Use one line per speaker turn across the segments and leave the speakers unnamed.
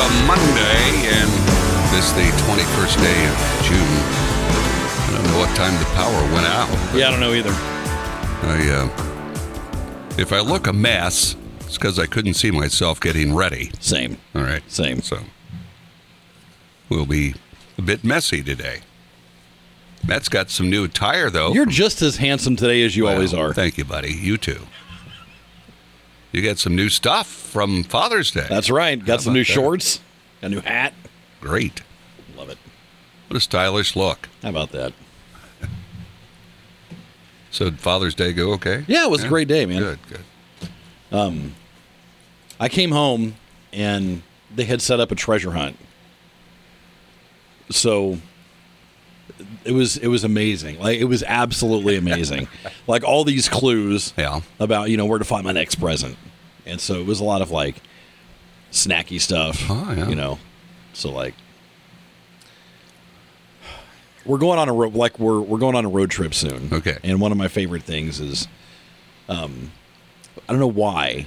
a Monday, and this the 21st day of June. I don't know what time the power went out. but
Yeah, I don't know either.
I, uh, if I look a mess, it's because I couldn't see myself getting ready.
Same.
All right.
Same.
So we'll be a bit messy today. Matt's got some new tire though.
You're just as handsome today as you
Well,
always are.
Thank you, buddy. You too. You got some new stuff from Father's Day.
That's right. Got some
about
new
that?
shorts, a new hat.
great.
Love it.
What a stylish look.
How about that?
So did Father's Day go okay?
Yeah, it was a great day, man.
Good, good.
I came home and they had set up a treasure hunt. So it was it was amazing. Like it was absolutely amazing. like all these clues
Yeah.
about, you know, where to find my next present. And so it was a lot of like snacky stuff,
Oh, yeah.
you know. So like we're going on a road like we're we're going on a road trip soon.
Okay.
And one of my favorite things is um I don't know why,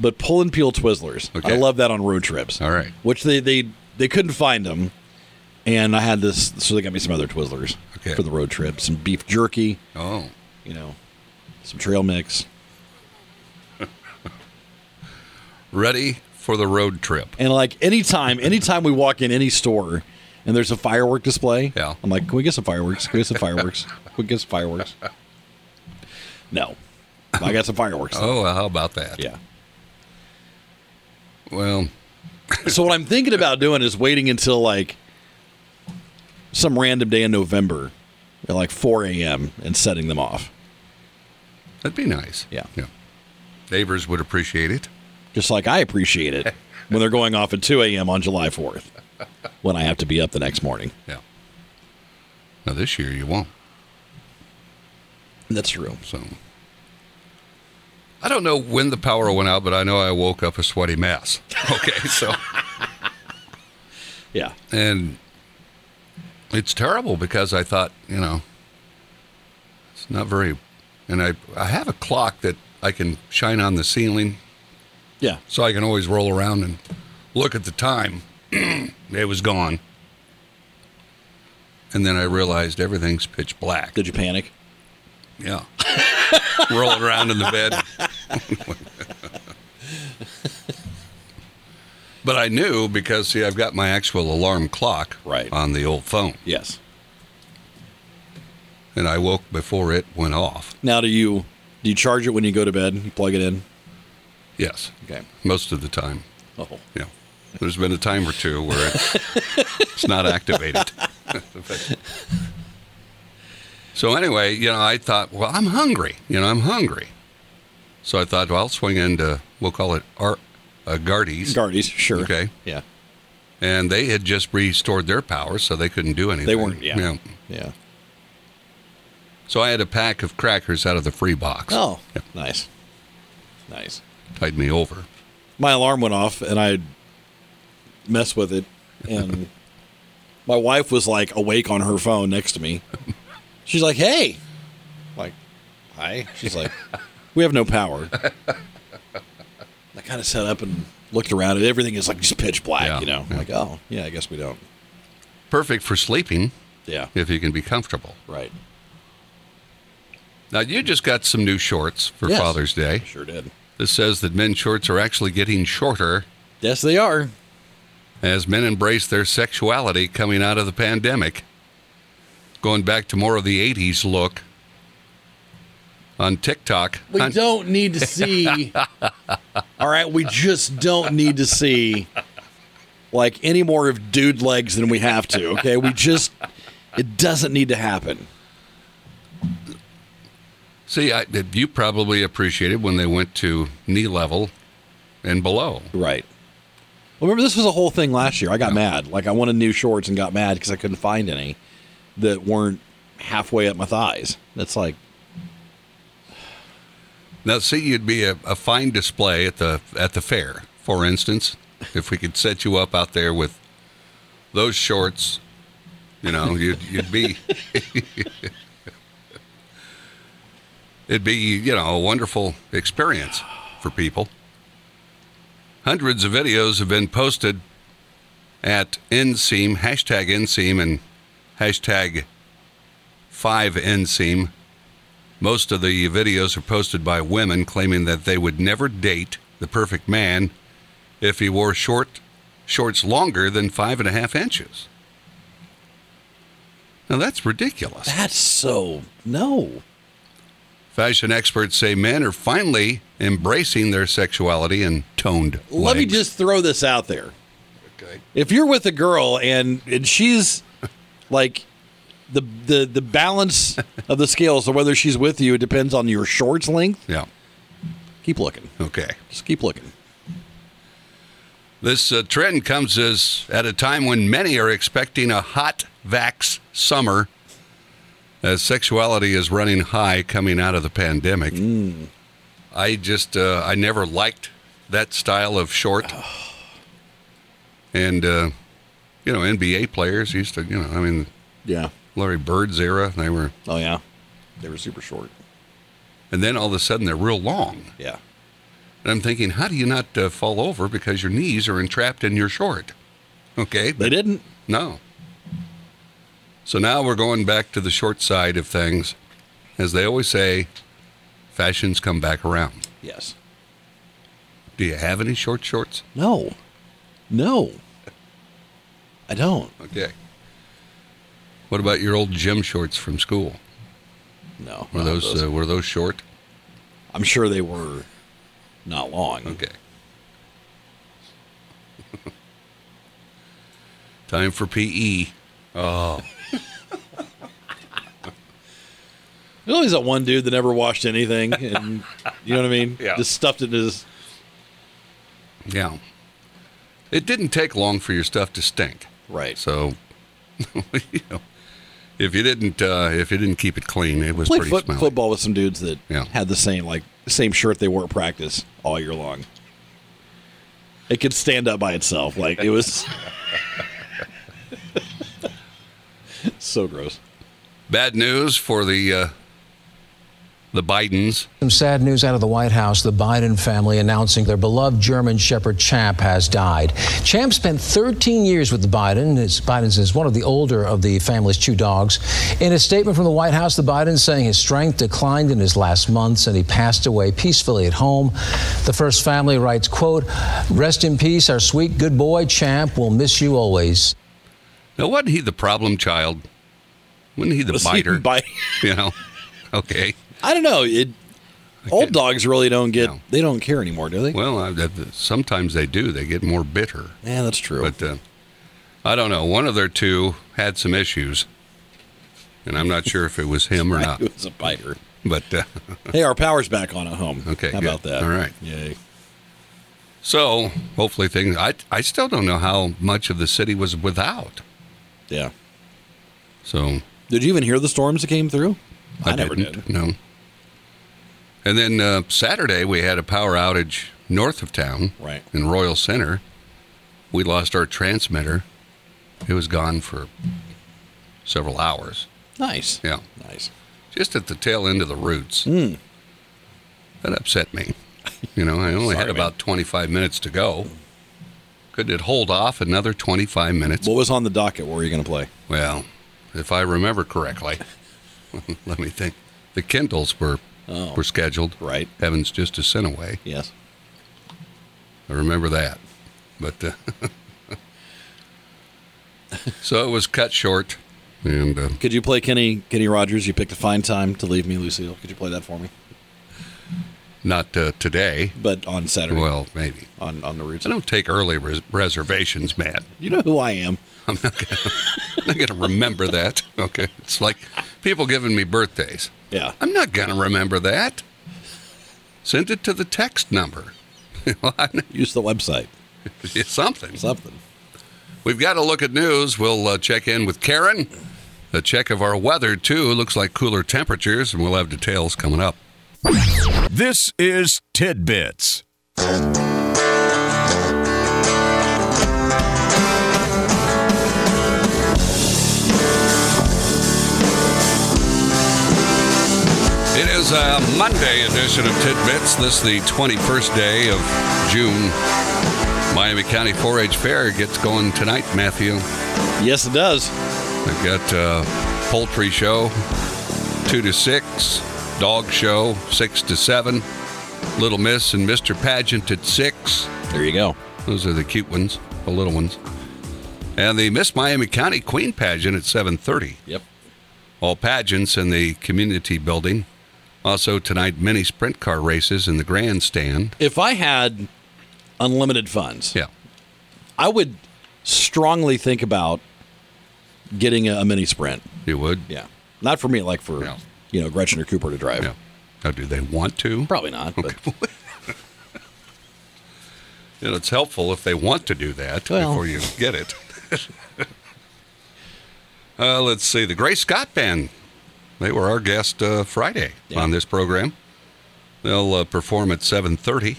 but pull and peel Twizzlers.
Okay.
I love that on road trips.
All right.
Which they they they couldn't find them, and I had this, so they got me some other Twizzlers
Okay.
for the road trip. Some beef jerky,
Oh.
you know, some trail mix,
Ready for the road trip.
and like anytime anytime we walk in any store. And there's a firework display.
Yeah.
I'm like, can we get some fireworks? Can we get some fireworks? Can we get some fireworks? No. I got some fireworks.
Oh, well, how about that?
Yeah.
Well,
So what I'm thinking about doing is waiting until like some random day in November at like 4 a.m. and setting them off.
that'd be nice.
Yeah.
Yeah. Neighbors would appreciate it.
Just like I appreciate it when they're going off at 2 a.m. on July 4th when I have to be up the next morning.
Yeah. Now this year you won't.
That's true.
So I don't know when the power went out, but I know I woke up a sweaty mess. Okay, so
Yeah.
and it's terrible because I thought, you know, it's not very and I I have a clock that I can shine on the ceiling
Yeah.
so I can always roll around and look at the time. it was gone. And then I realized everything's pitch black.
Did you panic?
Yeah. Rolling around in the bed. but I knew because, see, I've got my actual alarm clock
Right.
on the old phone.
Yes.
And I woke before it went off.
Now do you do you charge it when you go to bed? You plug it in?
Yes.
Okay.
Most of the time.
Oh.
Yeah. There's been a time or two where it's, it's not activated. so anyway, you know, I thought, well, I'm hungry. You know, I'm hungry. So I thought, well, I'll swing into we'll call it Ar- uh, Gardy's,
Guardies, sure.
Okay.
Yeah.
and they had just restored their power, so they couldn't do anything.
They weren't yeah. Yeah.
So I had a pack of crackers out of the free box.
Oh. Nice. Nice.
tied me over.
my alarm went off and I messed with it and my wife was like awake on her phone next to me. She's like, "Hey." Like, "Hi." She's like, "We have no power." I kind of sat up and looked around and everything is like just pitch black,
Yeah,
you know.
yeah.
Like, "Oh, yeah, I guess we don't."
Perfect for sleeping
Yeah.
if you can be comfortable.
Right.
Now you just got some new shorts for
Yes.
Father's Day.
Sure did.
This says that men's shorts are actually getting shorter
Yes, they are.
as men embrace their sexuality coming out of the pandemic. Going back to more of the 80s look on TikTok.
We
on-
don't need to see. all right, we just don't need to see like any more of dude legs than we have to. Okay, we just it doesn't need to happen.
See, I, that you probably appreciated when they went to knee level and below.
Right. Remember, this was a whole thing last year. I got mad. Like I wanted new shorts and got mad because I couldn't find any that weren't halfway up my thighs. That's like
Now, see, you'd be a, a fine display at the at the fair, for instance, if we could set you up out there with those shorts. You know, you'd you'd be. It'd be, you know, a wonderful experience for people. Hundreds of videos have been posted at inseam, hashtag inseam, and hashtag 5inseam. E Most of the videos are posted by women claiming that they would never date the perfect man if he wore short shorts longer than five and a half inches. Now that's ridiculous.
That's so no.
Fashion experts say men are finally embracing their sexuality and toned.
Let me
legs.
just throw this out there.
Okay.
If you're with a girl and and she's like the the the balance of the scales, so whether she's with you, it depends on your shorts length.
Yeah.
Keep looking.
Okay.
Just keep looking.
This uh, trend comes as at a time when many are expecting a hot vax summer, as sexuality is running high coming out of the pandemic.
Mm.
I just uh, I never liked that style of short, and uh, you know NBA players used to you know I mean
Yeah.
Larry Bird's era they were
Oh yeah. They were super short.
and then all of a sudden they're real long
Yeah.
and I'm thinking how do you not uh, fall over because your knees are entrapped in your short? Okay,
They didn't.
No. So now we're going back to the short side of things. As they always say, fashions come back around.
Yes.
Do you have any short shorts?
No. No. I don't.
Okay. What about your old gym shorts from school?
No.
Were
not
those uh, were those short?
I'm sure they were not long.
Okay. Time for E. PE.
There's always that one dude that never washed anything, and you know what I mean.
Yeah.
Just stuffed it in his.
Yeah. It didn't take long for your stuff to stink.
Right.
So, you know, if you didn't uh, if you didn't keep it clean, it was
Played
pretty
foot,
smelly.
football with some dudes that
Yeah.
had the same like same shirt they wore at practice all year long. It could stand up by itself. Like it was so gross.
Bad news for the uh, the Bidens.
Some sad news out of the White House. The Biden family announcing their beloved German Shepherd Champ has died. Champ spent 13 years with the Biden. His, Biden's is one of the older of the family's two dogs. In a statement from the White House, the Bidens saying his strength declined in his last months and he passed away peacefully at home. The first family writes, "Quote: Rest in peace, our sweet good boy Champ. We'll miss you always."
Now, wasn't he the problem child? Wasn't he the
Was he
biter?
bite-
you know, okay.
I don't know. It, old dogs really don't get.
No.
They don't care anymore, do they?
Well, I, that, sometimes they do. They get more bitter.
yeah, that's true.
But uh, I don't know. One of their two had some issues, and I'm not sure if it was him or not.
it was a biter.
But uh,
Hey, our power's back on at home.
Okay,
how
good.
about that?
All right.
Yay.
so hopefully things. I I still don't know how much of the city was without.
Yeah.
So
Did you even hear the storms that came through?
I,
never
didn't,
did.
No. And then uh, Saturday we had a power outage north of town,
Right.
in Royal Center. We lost our transmitter. It was gone for several hours.
Nice.
Yeah,
Nice.
just at the tail end of the roots.
Hmm.
That upset me. You know, I only
Sorry,
had
man.
about 25 minutes to go. Could it hold off another 25 minutes?
What was on the docket? What were you going to play?
Well, if I remember correctly, let me think. The Kindles were
Oh.
were scheduled.
Right.
Heaven's just a sin away.
Yes.
I remember that. But uh, so it was cut short, and uh,
Could you play Kenny Kenny Rogers? You picked a fine time to leave me, Lucille. Could you play that for me?
not uh, today.
But on Saturday,
Well, maybe.
on on the roots.
I don't take early res- reservations, Matt.
You know who I am.
I'm not going to remember that. Okay. It's like people giving me birthdays.
Yeah.
I'm not going to remember that. Send it to the text number.
Use the website.
It's something.
Something.
We've got to look at news. We'll uh, check in with Karen. A check of our weather, too. Looks like cooler temperatures, and we'll have details coming up.
This is Tidbits.
It is a Monday edition of Tidbits. This the 21st day of June Miami County 4 H Fair gets going tonight, Matthew.
Yes, it does.
They've got uh, poultry show, 2 to 6, dog show, 6 to 7, Little Miss and Mr. Pageant at 6.
There you go.
Those are the cute ones, the little ones. And the Miss Miami County Queen Pageant at 7:30.
Yep.
All pageants in the community building. Also tonight, mini sprint car races in the grandstand.
If I had unlimited funds,
Yeah,
I would strongly think about getting a, a mini sprint.
you would.
Yeah. Not for me, like for
No.
you know Gretchen or Cooper to drive.
Yeah. Now, do they want to?
Probably not. But
You know, it's helpful if they want to do that
Well.
before you get it. uh, let's see. The Gray Scott Band. They were our guest uh, Friday
Yeah.
on this program. They'll uh, perform at 7:30.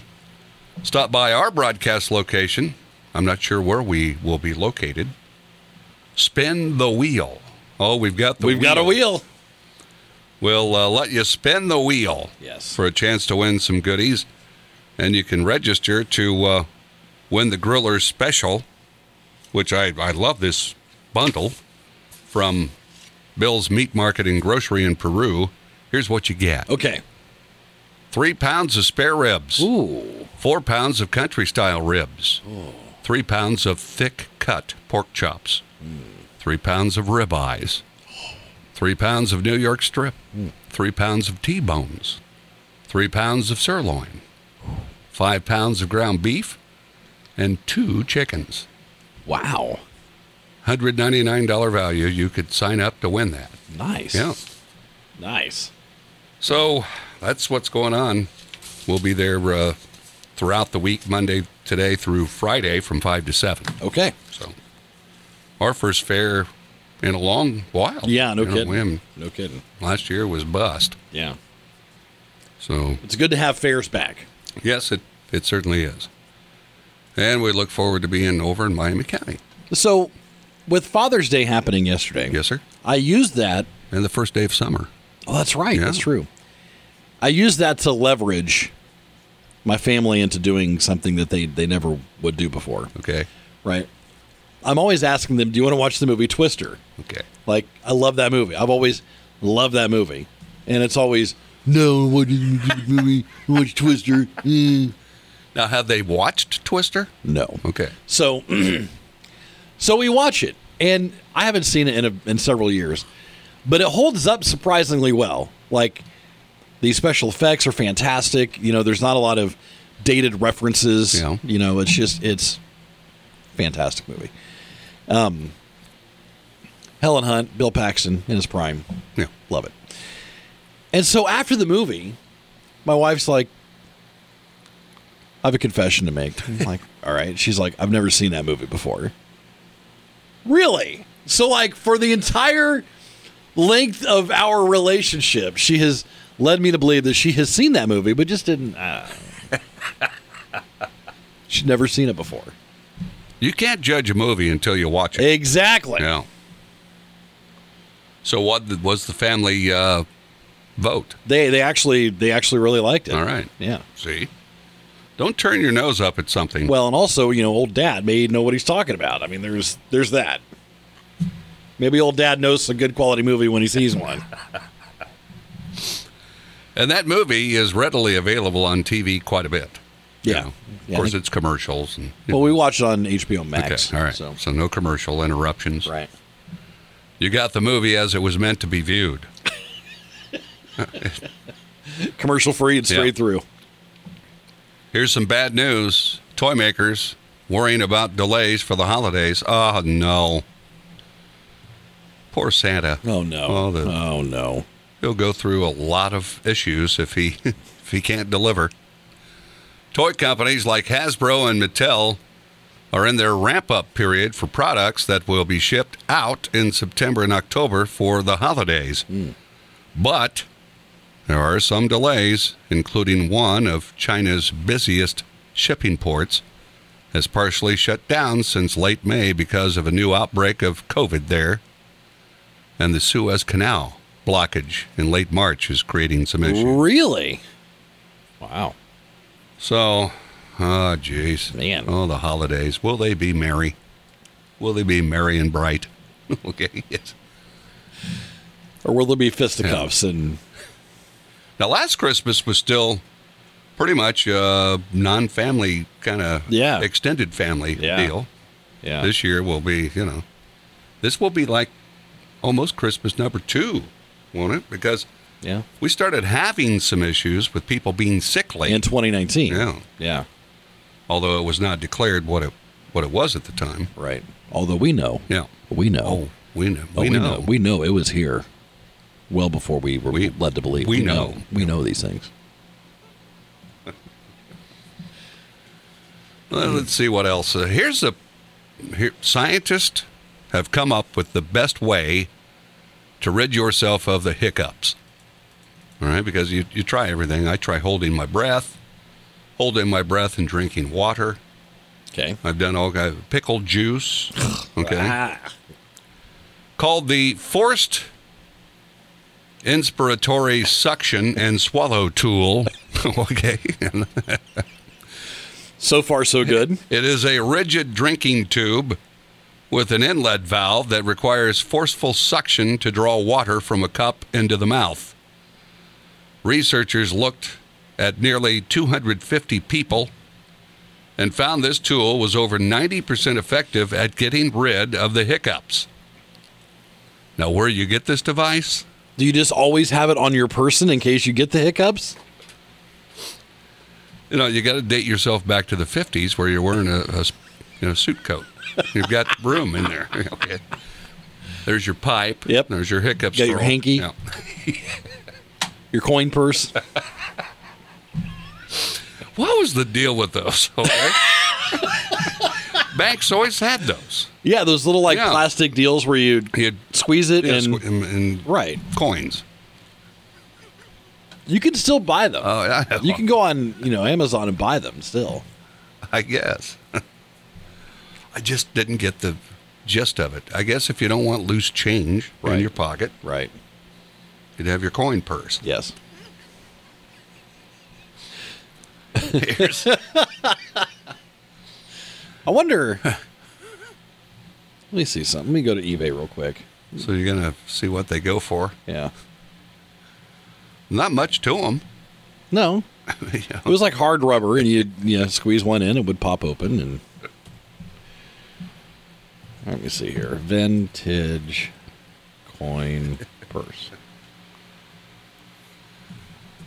Stop by our broadcast location. I'm not sure where we will be located. Spin the wheel. Oh, we've got the
we've got a wheel.
We'll uh, let you spin the wheel.
Yes.
For a chance to win some goodies. And you can register to uh, win the Griller's Special, which I, I love this bundle from Bill's Meat Market and Grocery in Peru. Here's what you get
Okay.
three pounds of spare ribs,
Ooh.
four pounds of country style ribs, three pounds of thick cut pork chops, three pounds of ribeyes, three pounds of New York strip, three pounds of T bones, three pounds of sirloin, five pounds of ground beef, and two chickens.
Wow.
$199 value. You could sign up to win that.
Nice.
Yeah.
Nice.
So that's what's going on. We'll be there uh, throughout the week, Monday today through Friday from 5 to 7.
Okay.
So our first fair in a long while.
Yeah. No
You know,
kidding.
we haven't-
No kidding.
last year was bust.
Yeah.
So
It's good to have fares back.
yes, it, it certainly is. And we look forward to being over in Miami County.
So, with Father's Day happening yesterday,
Yes, sir.
I used that.
And the first day of summer.
Oh, that's right.
Yeah.
That's true. I used that to leverage my family into doing something that they, they never would do before.
Okay.
Right. I'm always asking them, do you want to watch the movie Twister?
Okay.
Like, I love that movie. I've always loved that movie. And it's always, no, what did you do the movie? Watch Twister. Mm."
Now, have they watched Twister?
No.
Okay.
So, so we watch it, and I haven't seen it in a, in several years, but it holds up surprisingly well. Like the special effects are fantastic. You know, there's not a lot of dated references.
Yeah.
You know, it's just it's fantastic movie. Um, Helen Hunt, Bill Paxton in his prime,
Yeah.
love it. And so after the movie, my wife's like, I have a confession to make. I'm like, all right. She's like, I've never seen that movie before. Really? So, like, for the entire length of our relationship, she has led me to believe that she has seen that movie, but just didn't. Uh, she'd never seen it before.
You can't judge a movie until you watch it.
Exactly.
Yeah. So what th- was the family uh, vote?
They they actually they actually really liked it.
All right.
Yeah.
See, don't turn your nose up at something.
Well, and also, you know, old dad may know what he's talking about. I mean, there's there's that. Maybe old dad knows a good quality movie when he sees one.
and that movie is readily available on TV quite a bit. you
Yeah.
know. Of
Yeah, I
course,
think-
it's commercials. And,
Well, we watched it on HBO
okay.
Max.
All right.
So,
So. no commercial interruptions.
right.
You got the movie as it was meant to be viewed.
Commercial free and straight
Yeah.
through.
Here's some bad news. Toy makers worrying about delays for the holidays. Oh, no. Poor Santa.
Oh no.
Oh, the-
oh no.
He'll go through a lot of issues if he if he can't deliver. Toy companies like Hasbro and Mattel are in their ramp up period for products that will be shipped out in September and October for the holidays. But there are some delays, including one of China's busiest shipping ports has partially shut down since late May because of a new outbreak of COVID there and the Suez Canal blockage in late March is creating some issues.
Really? Wow.
So, Oh, jeez.
Man.
Oh, the holidays. Will they be merry? Will they be merry and bright? okay. Yes.
Or will there be fisticuffs and
Now, last Christmas was still pretty much a non-family kind of
Yeah.
extended family
Yeah.
deal.
yeah,
This year will be, you know, this will be like almost Christmas number two, won't it? Because
yeah,
we started having some issues with people being sick late,
in 2019.
Yeah.
yeah,
although it was not declared what it what it was at the time.
right. Although we know,
Yeah.
we know,
Oh, we know.
Oh,
we, know.
we know it was here, well before we were
We-
led to believe.
we know.
we know these things.
Well, let's see what else. Uh, here's a here, scientists have come up with the best way to rid yourself of the hiccups. All right, because you, you try everything. I try holding my breath, holding my breath and drinking water.
Okay.
I've done all kind of pickle juice. Okay. Called the forced inspiratory suction and swallow tool. okay.
So far, so good.
It is a rigid drinking tube with an inlet valve that requires forceful suction to draw water from a cup into the mouth. Researchers looked at nearly 250 people and found this tool was over 90% effective at getting rid of the hiccups. Now, where you get this device?
Do you just always have it on your person in case you get the hiccups?
You know, you got to date yourself back to the 50s where you're wearing a, a s- you know, suit coat. You've got room in there. Okay. There's your pipe.
Yep.
There's your hiccup
Got your
scroll.
hanky.
Yeah.
Your coin purse?
What was the deal with those? Okay. Banks always had those.
yeah, those little like
Yeah.
plastic deals where you
You'd,
squeeze it
yeah,
and
squ- and, and
right.
coins.
You can still buy them.
Oh, yeah.
You can go on, you know, Amazon and buy them still.
I guess. I just didn't get the gist of it. I guess if you don't want loose change
Right.
in your pocket,
Right.
you'd have your coin purse.
Yes.
Here's-
I wonder. let me see something. Let me go to eBay real quick.
so you're going to see what they go for.
Yeah.
Not much to them.
No. It was like hard rubber, and you'd you know, squeeze one in, it would pop open. And let me see here, vintage coin purse.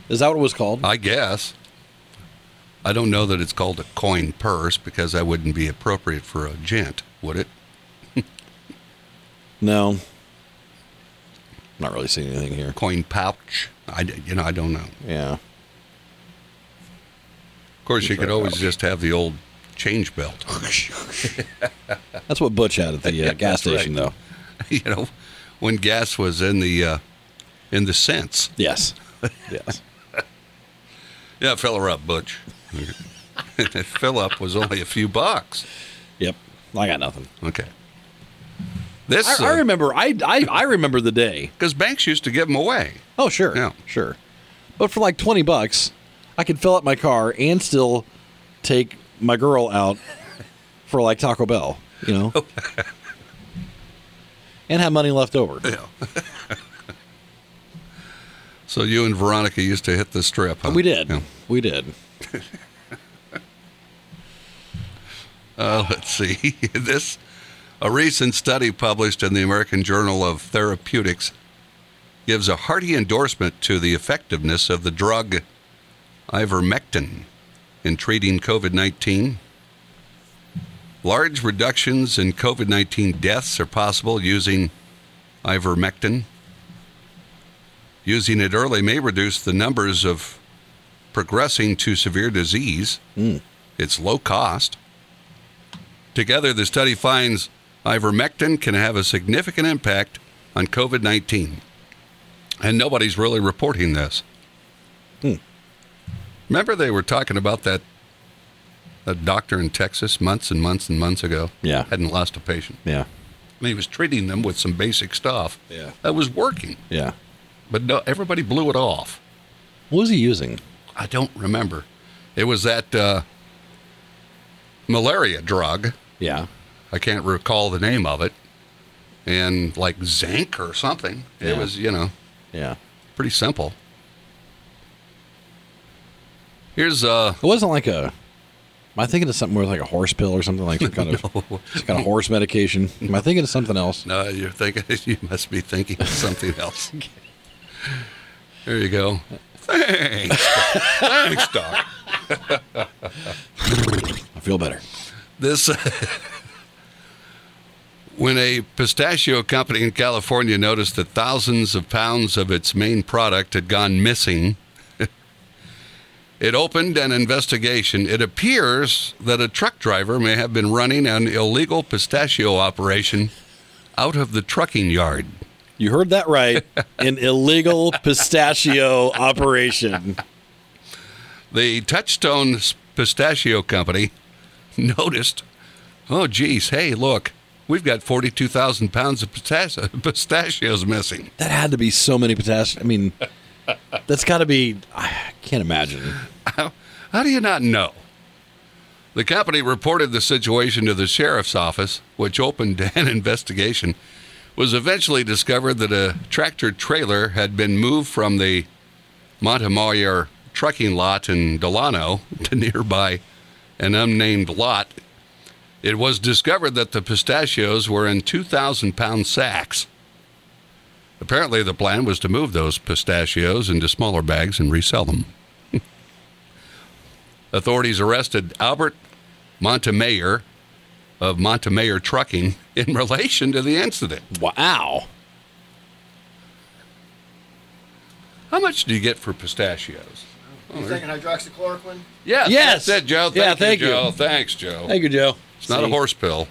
Is that what it was called?
I guess. I don't know that it's called a coin purse because that wouldn't be appropriate for a gent, would it?
no. I'm not really seeing anything here.
Coin pouch? I, d- you know, I don't know. Of
Yeah.
course, you
Sure,
could always
pouch.
just have the old change belt.
That's what Butch had at the uh, gas
that's right.
station, though.
you know, when gas was in the uh, in the cents.
Yes. Yes.
Yeah, fill her up, Butch. fill up was only a few bucks.
yep. I got nothing.
Okay. This
I, I remember. I, I I remember the day.
because banks used to give them away.
Oh, sure.
Yeah.
Sure. But for like 20 bucks, I could fill up my car and still take my girl out for like Taco Bell, you know? and have money left over.
So you and Veronica used to hit the strip, huh?
We did.
Yeah.
We did.
Uh, let's see. this a recent study published in the American Journal of Therapeutics gives a hearty endorsement to the effectiveness of the drug ivermectin in treating COVID-19. Large reductions in COVID-19 deaths are possible using ivermectin. Using it early may reduce the numbers of progressing to severe disease. It's low cost. Together, the study finds ivermectin can have a significant impact on COVID 19. And nobody's really reporting this. Remember, they were talking about that, that doctor in Texas months and months and months ago?
Yeah.
Hadn't lost a patient.
Yeah.
I mean, he was treating them with some basic stuff
Yeah.
that was working,
Yeah.
but no, everybody blew it off.
What was he using?
I don't remember. It was that uh, malaria drug.
Yeah.
I can't recall the name of it. And like zinc or something. It
Yeah.
was, you know,
Yeah.
pretty simple. Here's uh
It wasn't like a. Am I thinking of something where it's like a horse pill or something like some kind of some kind of horse medication? Am I thinking of something else?
no, you're thinking you must be thinking of something else. There you go. Thanks. Thanks, Doc.
I feel better.
this when a pistachio company in California noticed that thousands of pounds of its main product had gone missing it opened an investigation it appears that a truck driver may have been running an illegal pistachio operation out of the trucking yard
You heard that right. An illegal pistachio operation.
the Touchstone Pistachio Company noticed, oh, geez, hey, look, we've got 42,000 pounds of pistach- pistachios missing.
That had to be so many pistachios. I mean, that's got to be. I can't imagine.
How, how do you not know? The company reported the situation to the sheriff's office, which opened an investigation. It was eventually discovered that a tractor trailer had been moved from the Montemayor trucking lot in Delano to nearby an unnamed lot. It was discovered that the pistachios were in 2,000 pound sacks. Apparently, the plan was to move those pistachios into smaller bags and resell them. Authorities arrested Albert Montemayor of Montemayor Trucking in relation to the incident.
Wow.
How much do you get for pistachios?
You thinking hydroxychloroquine?
Yes,
Yes.
that's it, Joe. Thank
Yeah,
you,
thank you.
Joe. Thanks, Joe.
Thank you, Joe.
It's not a horse pill.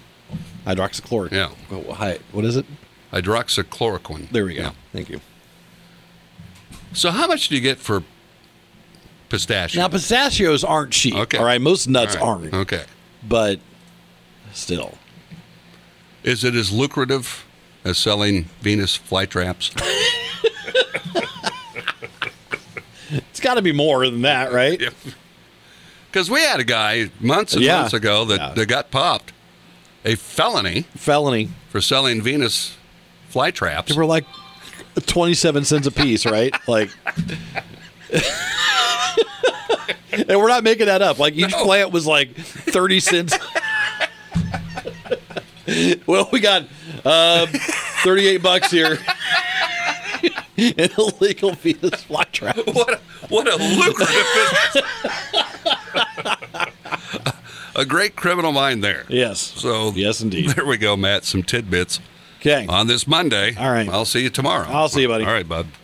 Hydroxychloroquine.
Yeah.
Oh, hi- What is it?
Hydroxychloroquine.
There we go.
Yeah.
Thank you.
So, how much do you get for
Now
pistachios?
pistachios aren't cheap.
Okay.
All right. Most nuts
All right.
aren't,
Okay.
but still.
Is it as lucrative as selling Venus flytraps?
It's got to be more than that, right?
Because we had a guy months and
Yeah.
months ago that,
Yeah.
that got popped, a felony
Felony.
for selling Venus
They
flytraps.
were like 27 cents a piece, right? Like And we're not making that up. Like each plant was like 30 cents. well, we got uh, 38 bucks here. An illegal Venus flytrap.
What a, what a lucrative business. a great criminal mind there.
Yes.
So
yes, indeed.
There we go, Matt. Some tidbits
Okay.
on this Monday.
All right.
I'll see you tomorrow.
I'll see you, buddy.
All right, bud.